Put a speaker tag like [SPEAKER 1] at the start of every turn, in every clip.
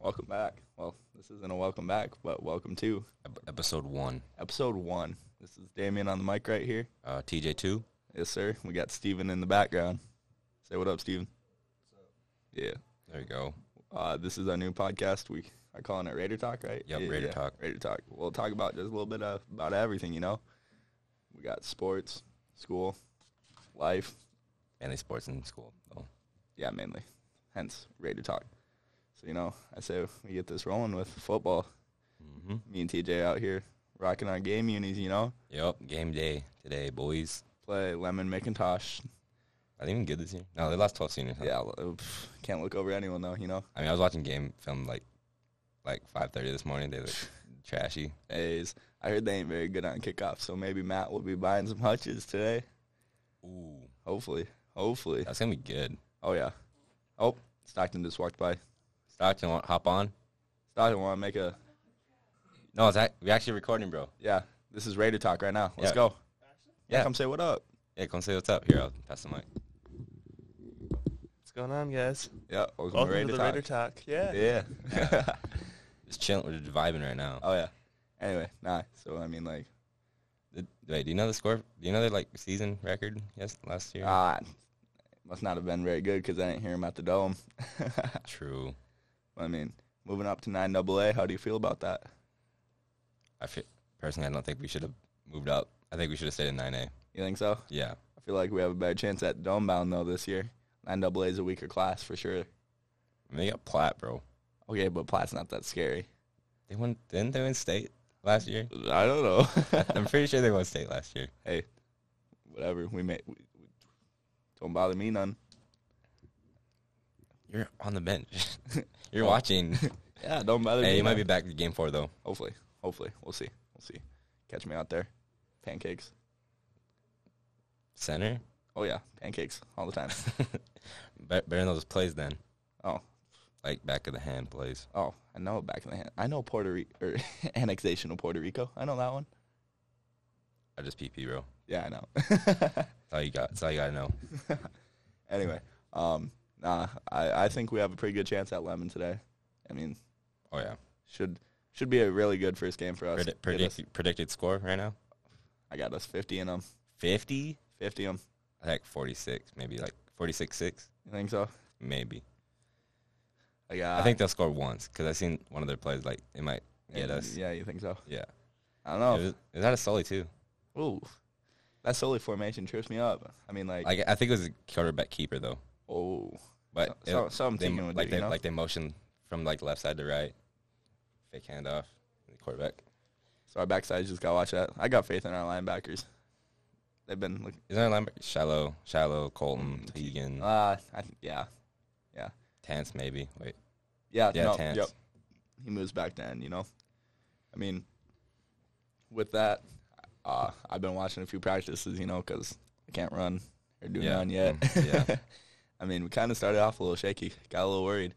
[SPEAKER 1] Welcome back. Well, this isn't a welcome back, but welcome to
[SPEAKER 2] Ep- Episode one,
[SPEAKER 1] episode one. This is Damien on the mic right here.
[SPEAKER 2] uh, TJ two.
[SPEAKER 1] Yes, sir. We got Steven in the background. Say what up, Steven. Yeah.
[SPEAKER 2] There you go.
[SPEAKER 1] Uh, this is our new podcast. We are calling it Raider Talk, right?
[SPEAKER 2] Yep, Raider Talk.
[SPEAKER 1] Raider Talk. We'll talk about just a little bit of, about everything, you know? We got sports, school, life.
[SPEAKER 2] Mainly sports in school. though.
[SPEAKER 1] Yeah, mainly. Hence, Raider Talk. So, you know, I say we get this rolling with football.
[SPEAKER 2] Mhm.
[SPEAKER 1] Me and TJ out here rocking our game unis, you know?
[SPEAKER 2] Yep. Game day today, boys.
[SPEAKER 1] Play Lemon McIntosh.
[SPEAKER 2] I didn't even good this year. No, they lost twelve seniors. huh?
[SPEAKER 1] Yeah, l- pff, can't look over anyone, though, you know?
[SPEAKER 2] I mean, I was watching game film like like five thirty this morning. They look trashy.
[SPEAKER 1] A's. I heard they ain't very good on kickoff, so maybe Matt will be buying some hutches today.
[SPEAKER 2] Ooh,
[SPEAKER 1] Hopefully. Hopefully.
[SPEAKER 2] that's gonna be good.
[SPEAKER 1] Oh yeah. Oh, Stockton just walked by.
[SPEAKER 2] Stockton, want hop on?
[SPEAKER 1] Stockton want to make a
[SPEAKER 2] No, it's act- we actually recording, bro.
[SPEAKER 1] yeah. This is Raider talk right now. Let's
[SPEAKER 2] Yeah.
[SPEAKER 1] go. Yeah,
[SPEAKER 2] Yeah.
[SPEAKER 1] come say what up.
[SPEAKER 2] Yeah, come say what's up. Here, I'll pass the mic.
[SPEAKER 3] What's going on, guys?
[SPEAKER 1] Yeah, welcome,
[SPEAKER 3] Welcome
[SPEAKER 1] to Raider
[SPEAKER 3] to the
[SPEAKER 1] talk.
[SPEAKER 3] Raider Talk. Yeah.
[SPEAKER 1] Yeah.
[SPEAKER 2] Just chilling. We're just vibing right now.
[SPEAKER 1] oh yeah. Anyway, nah. So I mean, like,
[SPEAKER 2] Did- Wait, do you know the score? Do you know the like season record? Yes, last year.
[SPEAKER 1] ah, must not have been very good because I didn't hear him at the dome.
[SPEAKER 2] True.
[SPEAKER 1] I mean, moving up to nine double A. How do you feel about that?
[SPEAKER 2] I feel, personally, I don't think we should have moved up. I think we should have stayed in nine A.
[SPEAKER 1] You think so?
[SPEAKER 2] Yeah.
[SPEAKER 1] I feel like we have a better chance at dome bound though this year. Nine double A is a weaker class for sure.
[SPEAKER 2] I mean, they got Platt, bro.
[SPEAKER 1] Okay, but Platt's not that scary.
[SPEAKER 2] They won. Didn't they win state last year?
[SPEAKER 1] I don't know.
[SPEAKER 2] I'm pretty sure they won state last year.
[SPEAKER 1] whatever we may we, we- don't bother me none
[SPEAKER 2] You're on the bench. You're watching.
[SPEAKER 1] yeah don't bother
[SPEAKER 2] hey,
[SPEAKER 1] me
[SPEAKER 2] you might be
[SPEAKER 1] none.
[SPEAKER 2] back to game four though.
[SPEAKER 1] hopefully hopefully we'll see we'll see catch me out there pancakes
[SPEAKER 2] Center.
[SPEAKER 1] oh yeah pancakes all the time
[SPEAKER 2] Be- better than those plays then.
[SPEAKER 1] Oh.
[SPEAKER 2] Like back of the hand plays.
[SPEAKER 1] oh i know back in the hand i know puerto rico or annexation of puerto rico i know that one
[SPEAKER 2] I just PP, bro.
[SPEAKER 1] yeah i know
[SPEAKER 2] That's all you got. That's all you gotta know.
[SPEAKER 1] anyway um nah I, I think we have a pretty good chance at lemon today i mean
[SPEAKER 2] Oh yeah.
[SPEAKER 1] should should be a really good first game for us,
[SPEAKER 2] Predi-
[SPEAKER 1] Get us-
[SPEAKER 2] predict- predicted score right now.
[SPEAKER 1] i got us 50 in them
[SPEAKER 2] Fifty.
[SPEAKER 1] 50 them
[SPEAKER 2] I think forty six. Maybe like forty six six.
[SPEAKER 1] you think so
[SPEAKER 2] Maybe.
[SPEAKER 1] i got
[SPEAKER 2] I think they'll score once because I seen one of their plays. Like it might get us.
[SPEAKER 1] yeah Oh. you think so
[SPEAKER 2] Yeah.
[SPEAKER 1] i don't know
[SPEAKER 2] It was, it was out of Sully too.
[SPEAKER 1] Ooh, that Soli formation trips me up. I mean, like,
[SPEAKER 2] Like I think it was a quarterback keeper though.
[SPEAKER 1] oh,
[SPEAKER 2] But it-
[SPEAKER 1] so, so I'm
[SPEAKER 2] they,
[SPEAKER 1] thinking would
[SPEAKER 2] like
[SPEAKER 1] do,
[SPEAKER 2] they
[SPEAKER 1] you know?
[SPEAKER 2] like they motion from like left side to right, fake handoff, and the quarterback.
[SPEAKER 1] so our backside's just gotta watch that. I got faith in our linebackers. They've been like,
[SPEAKER 2] Isn't that linebacker shallow, shallow Colton
[SPEAKER 1] Mm,
[SPEAKER 2] Tegan
[SPEAKER 1] ah, I th- yeah,
[SPEAKER 2] Tance maybe? Wait,
[SPEAKER 1] yeah,
[SPEAKER 2] yeah,
[SPEAKER 1] uh, no,
[SPEAKER 2] Tance.
[SPEAKER 1] yep. He moves back then, you know. I mean, with that, uh, I've been watching a few practices, you know, because I can't run or do
[SPEAKER 2] Yeah,
[SPEAKER 1] none yet.
[SPEAKER 2] mm, yeah.
[SPEAKER 1] I mean, we kind of started off a little shaky, got a little worried,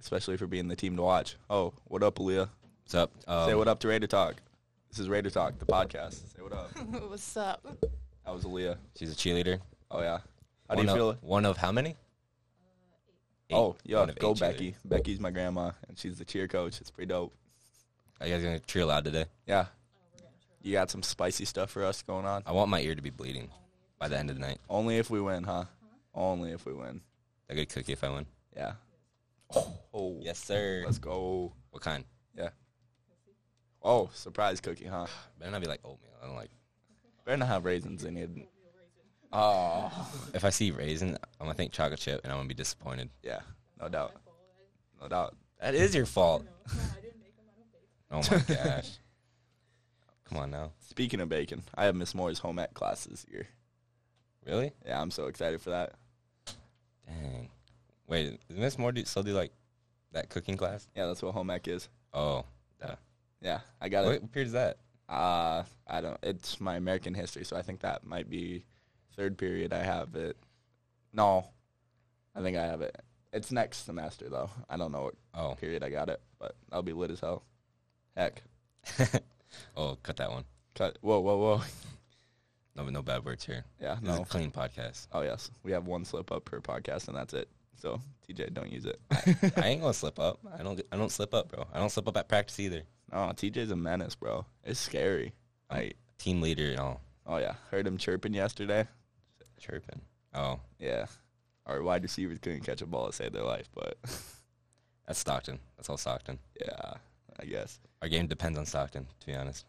[SPEAKER 1] especially for being the team to watch. Oh, what up, Aaliyah?
[SPEAKER 2] What's up? Um,
[SPEAKER 1] Say what up to Raider Talk. This is Raider Talk, the podcast. Say what up.
[SPEAKER 4] What's up?
[SPEAKER 1] That was Aaliyah.
[SPEAKER 2] She's a cheerleader.
[SPEAKER 1] Oh yeah. How do
[SPEAKER 2] one
[SPEAKER 1] you
[SPEAKER 2] of,
[SPEAKER 1] feel? Uh,
[SPEAKER 2] One of how many? Eight.
[SPEAKER 1] oh yeah,
[SPEAKER 2] One of
[SPEAKER 1] go
[SPEAKER 2] eight
[SPEAKER 1] Becky.
[SPEAKER 2] cheerleaders.
[SPEAKER 1] Becky's my grandma, and she's the cheer coach. It's pretty dope.
[SPEAKER 2] Are you guys gonna cheer loud today?
[SPEAKER 1] Yeah. You got some spicy stuff for us going on.
[SPEAKER 2] I want my ear to be bleeding by the end of the night.
[SPEAKER 1] Only if we win, huh?
[SPEAKER 2] Uh-huh.
[SPEAKER 1] Only if we win.
[SPEAKER 2] I get a cookie if I win.
[SPEAKER 1] Yeah. Oh,
[SPEAKER 2] Yes, sir.
[SPEAKER 1] Let's go.
[SPEAKER 2] What kind?
[SPEAKER 1] Oh, surprise cookie, huh?
[SPEAKER 2] Better not be like oatmeal. I don't like.
[SPEAKER 1] Better not have raisins in it. Oh.
[SPEAKER 2] If I see raisin, I'm gonna think chocolate chip, and I'm gonna be disappointed.
[SPEAKER 1] Yeah. No doubt. No doubt.
[SPEAKER 2] That is your fault. oh my gosh. Come on now.
[SPEAKER 1] Speaking of bacon, I have Miss Moore's home ec class this year.
[SPEAKER 2] Really?
[SPEAKER 1] Yeah, I'm so excited for that.
[SPEAKER 2] Dang. Wait, is Miss Moore do, still do like that cooking class?
[SPEAKER 1] Yeah, that's what home ec is.
[SPEAKER 2] Oh.
[SPEAKER 1] Yeah, I got it.
[SPEAKER 2] What period is that?
[SPEAKER 1] Uh, I don't. It's my American history, so I think that might be third period. I have it. No, I think I have it. It's next semester though. I don't know
[SPEAKER 2] Oh.
[SPEAKER 1] what period I got it, but I'll be lit as hell. Heck,
[SPEAKER 2] oh, cut that one.
[SPEAKER 1] cut. Whoa, whoa, whoa.
[SPEAKER 2] No no bad words here.
[SPEAKER 1] Yeah,
[SPEAKER 2] This is
[SPEAKER 1] no.
[SPEAKER 2] a clean podcast.
[SPEAKER 1] Oh yes, we have one slip up per podcast, and that's it. So TJ, don't use it.
[SPEAKER 2] I, I ain't gonna slip up. I don't. I don't slip up, bro. I don't slip up at practice either.
[SPEAKER 1] No, TJ's a menace, bro. It's scary. Like,
[SPEAKER 2] Team leader and all.
[SPEAKER 1] oh yeah, heard him chirping yesterday.
[SPEAKER 2] Chirping. Oh,
[SPEAKER 1] Yeah, our wide receivers couldn't catch a ball to save their life, but
[SPEAKER 2] that's Stockton. That's all Stockton.
[SPEAKER 1] yeah, I guess
[SPEAKER 2] Our game depends on Stockton, to be honest.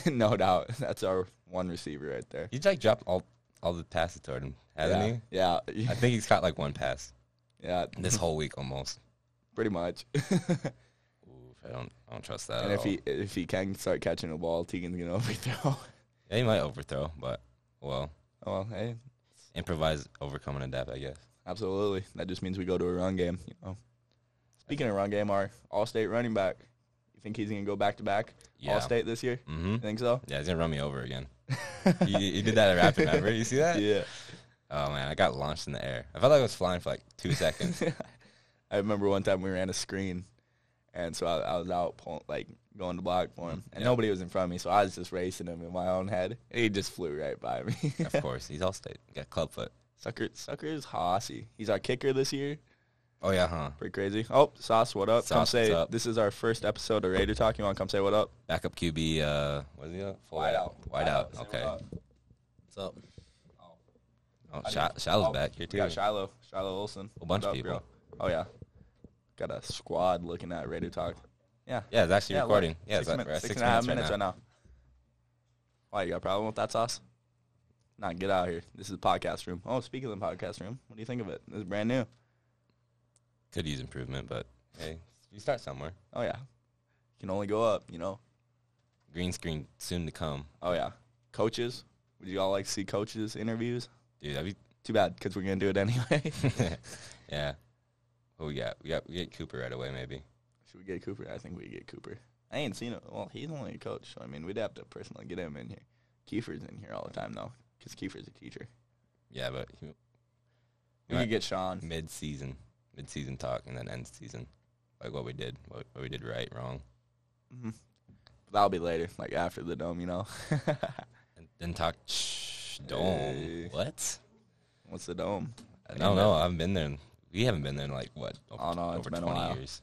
[SPEAKER 1] no doubt that's our one receiver right there.
[SPEAKER 2] He's like dropped all all the passes toward him, hasn't
[SPEAKER 1] yeah, yeah,
[SPEAKER 2] he? I think he's caught like one pass
[SPEAKER 1] yeah,
[SPEAKER 2] this whole week almost.
[SPEAKER 1] pretty much.
[SPEAKER 2] Oof, I don't I don't trust that.
[SPEAKER 1] and
[SPEAKER 2] at
[SPEAKER 1] if
[SPEAKER 2] all.
[SPEAKER 1] he if he can start catching the ball, Tegan's gonna overthrow.
[SPEAKER 2] Yeah, he might overthrow, but well,
[SPEAKER 1] Oh, well, hey,
[SPEAKER 2] improvise, overcome, and adapt. I guess.
[SPEAKER 1] absolutely. That just means we go to a run game. You know. Speaking of run game, our All-State running back. You think he's gonna go back to back
[SPEAKER 2] Yeah.
[SPEAKER 1] All-State this year?
[SPEAKER 2] Mm-hmm.
[SPEAKER 1] You think so?
[SPEAKER 2] Yeah, he's gonna run me over again. he, he did that at Rapid. Remember? You see that?
[SPEAKER 1] Yeah.
[SPEAKER 2] Oh man, I got launched in the air. I felt like I was flying for like two seconds.
[SPEAKER 1] I remember one time we ran a screen, and so I, I was out pull, like going to block for him, and
[SPEAKER 2] Yeah.
[SPEAKER 1] nobody was in front of me, so I was just racing him in my own head, and he just flew right by me.
[SPEAKER 2] of course, he's all state. Got club foot.
[SPEAKER 1] sucker, sucker is hossy. He's our kicker this year.
[SPEAKER 2] Oh yeah, huh?
[SPEAKER 1] Pretty crazy. Oh, Sauce, what up? come
[SPEAKER 2] Sauce, what's
[SPEAKER 1] say
[SPEAKER 2] up?
[SPEAKER 1] this is our first episode of Raider Talk. You want to come say what up?
[SPEAKER 2] Backup QB. Uh, what is he? At? Full Wide, out. Okay.
[SPEAKER 3] What's up?
[SPEAKER 2] Oh, Sha- Shiloh's back here
[SPEAKER 1] We
[SPEAKER 2] too.
[SPEAKER 1] got Shiloh, Shiloh Olson,
[SPEAKER 2] A bunch
[SPEAKER 1] What
[SPEAKER 2] of
[SPEAKER 1] up, bro?
[SPEAKER 2] people.
[SPEAKER 1] Oh yeah, got a squad looking at Raider Talk. Yeah,
[SPEAKER 2] Yeah, it's actually
[SPEAKER 1] Yeah, look,
[SPEAKER 2] recording. yeah,
[SPEAKER 1] six,
[SPEAKER 2] it's at-
[SPEAKER 1] min-
[SPEAKER 2] we're at
[SPEAKER 1] six and a half minutes
[SPEAKER 2] right
[SPEAKER 1] right now. Why you got a problem with that sauce? Nah, get out of here. This is podcast room. Oh, speaking of the podcast room, what do you think of it? This is brand new.
[SPEAKER 2] Could use improvement, but hey, you start somewhere.
[SPEAKER 1] Oh yeah, can only go up. You know.
[SPEAKER 2] Green screen soon to come,
[SPEAKER 1] Oh yeah, coaches. Would you all like to see coaches interviews?
[SPEAKER 2] dude. That'd
[SPEAKER 1] Too bad because we're gonna do it anyway.
[SPEAKER 2] be yeah. Who we got? We got we get Cooper right away, maybe.
[SPEAKER 1] Should we get Cooper? I think we get Cooper. I ain't seen it. Well, he's only a coach, so I mean, we'd have to personally get him in here. Kiefer's in here all the time though, because Kiefer's a teacher.
[SPEAKER 2] Yeah, but he-
[SPEAKER 1] We
[SPEAKER 2] Right.
[SPEAKER 1] could get Sean.
[SPEAKER 2] mid season, mid season talk, and then end season, like what we did, what, what we did right, wrong,
[SPEAKER 1] Mhm. That'll be later, like after the dome, you know.
[SPEAKER 2] and then talk. Shh, dome.
[SPEAKER 1] Hey.
[SPEAKER 2] What?
[SPEAKER 1] What's the dome?
[SPEAKER 2] I don't know. I haven't been there. In, we haven't been there in like what? Over,
[SPEAKER 1] Oh, no, it's
[SPEAKER 2] over
[SPEAKER 1] been a
[SPEAKER 2] twenty
[SPEAKER 1] while.
[SPEAKER 2] years.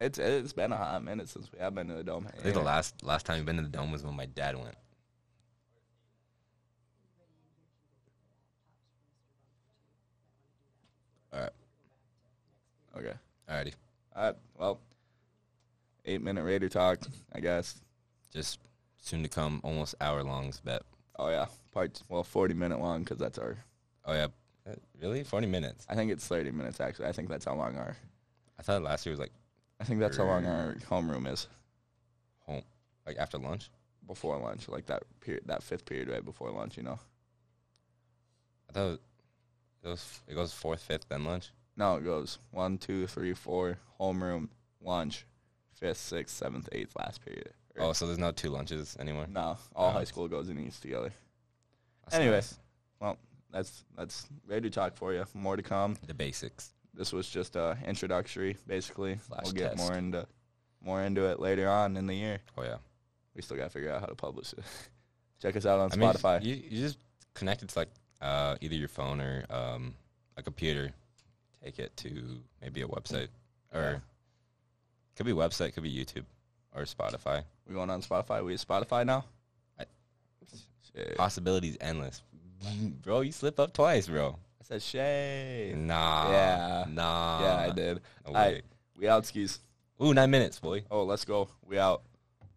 [SPEAKER 1] It's it's been a hot minute since we have been to the dome.
[SPEAKER 2] I think the last last time we've been to the dome was when my dad went.
[SPEAKER 1] Okay.
[SPEAKER 2] Alrighty,
[SPEAKER 1] All right. Well, eight minute Raider talk, I guess.
[SPEAKER 2] just soon to come, almost hour longs bet.
[SPEAKER 1] Oh yeah, part well forty minute long because that's our.
[SPEAKER 2] Oh yeah, Uh, really? Forty minutes?
[SPEAKER 1] I think it's thirty minutes actually. I think that's how long our.
[SPEAKER 2] I thought last year was like
[SPEAKER 1] I think that's how long our homeroom is
[SPEAKER 2] home, like after lunch.
[SPEAKER 1] before lunch, like that period, that fifth period right before lunch. You know.
[SPEAKER 2] I thought it was, it, was, it goes fourth, fifth, then lunch.
[SPEAKER 1] No, it goes one, two, three, four, homeroom, lunch, fifth, sixth, seventh, eighth, last period. Or-
[SPEAKER 2] Oh, so there's no two lunches anymore.
[SPEAKER 1] No, all
[SPEAKER 2] Oh.
[SPEAKER 1] high school goes in each together.
[SPEAKER 2] That's
[SPEAKER 1] Anyway.
[SPEAKER 2] nice.
[SPEAKER 1] That's that's Raider talk for you. More to come.
[SPEAKER 2] the basics.
[SPEAKER 1] this was just uh introductory basically
[SPEAKER 2] Flash
[SPEAKER 1] we'll get
[SPEAKER 2] test.
[SPEAKER 1] more into more into it later on in the year
[SPEAKER 2] Oh yeah.
[SPEAKER 1] we still gotta figure out how to publish it check us out on
[SPEAKER 2] I mean,
[SPEAKER 1] spotify
[SPEAKER 2] you, you just connect it to like uh, either your phone or um, a computer. Take it to maybe a website or
[SPEAKER 1] Yeah.
[SPEAKER 2] could be website, could be YouTube or Spotify.
[SPEAKER 1] we're going on spotify we use spotify now
[SPEAKER 2] I-
[SPEAKER 1] Shit. i
[SPEAKER 2] Possibilities endless, bro. You slip up twice, bro.
[SPEAKER 1] said shade
[SPEAKER 2] Nah.
[SPEAKER 1] Yeah.
[SPEAKER 2] Nah.
[SPEAKER 1] yeah i did
[SPEAKER 2] No
[SPEAKER 1] I-
[SPEAKER 2] way.
[SPEAKER 1] we out skis
[SPEAKER 2] Ooh, nine minutes, boy.
[SPEAKER 1] oh let's go we out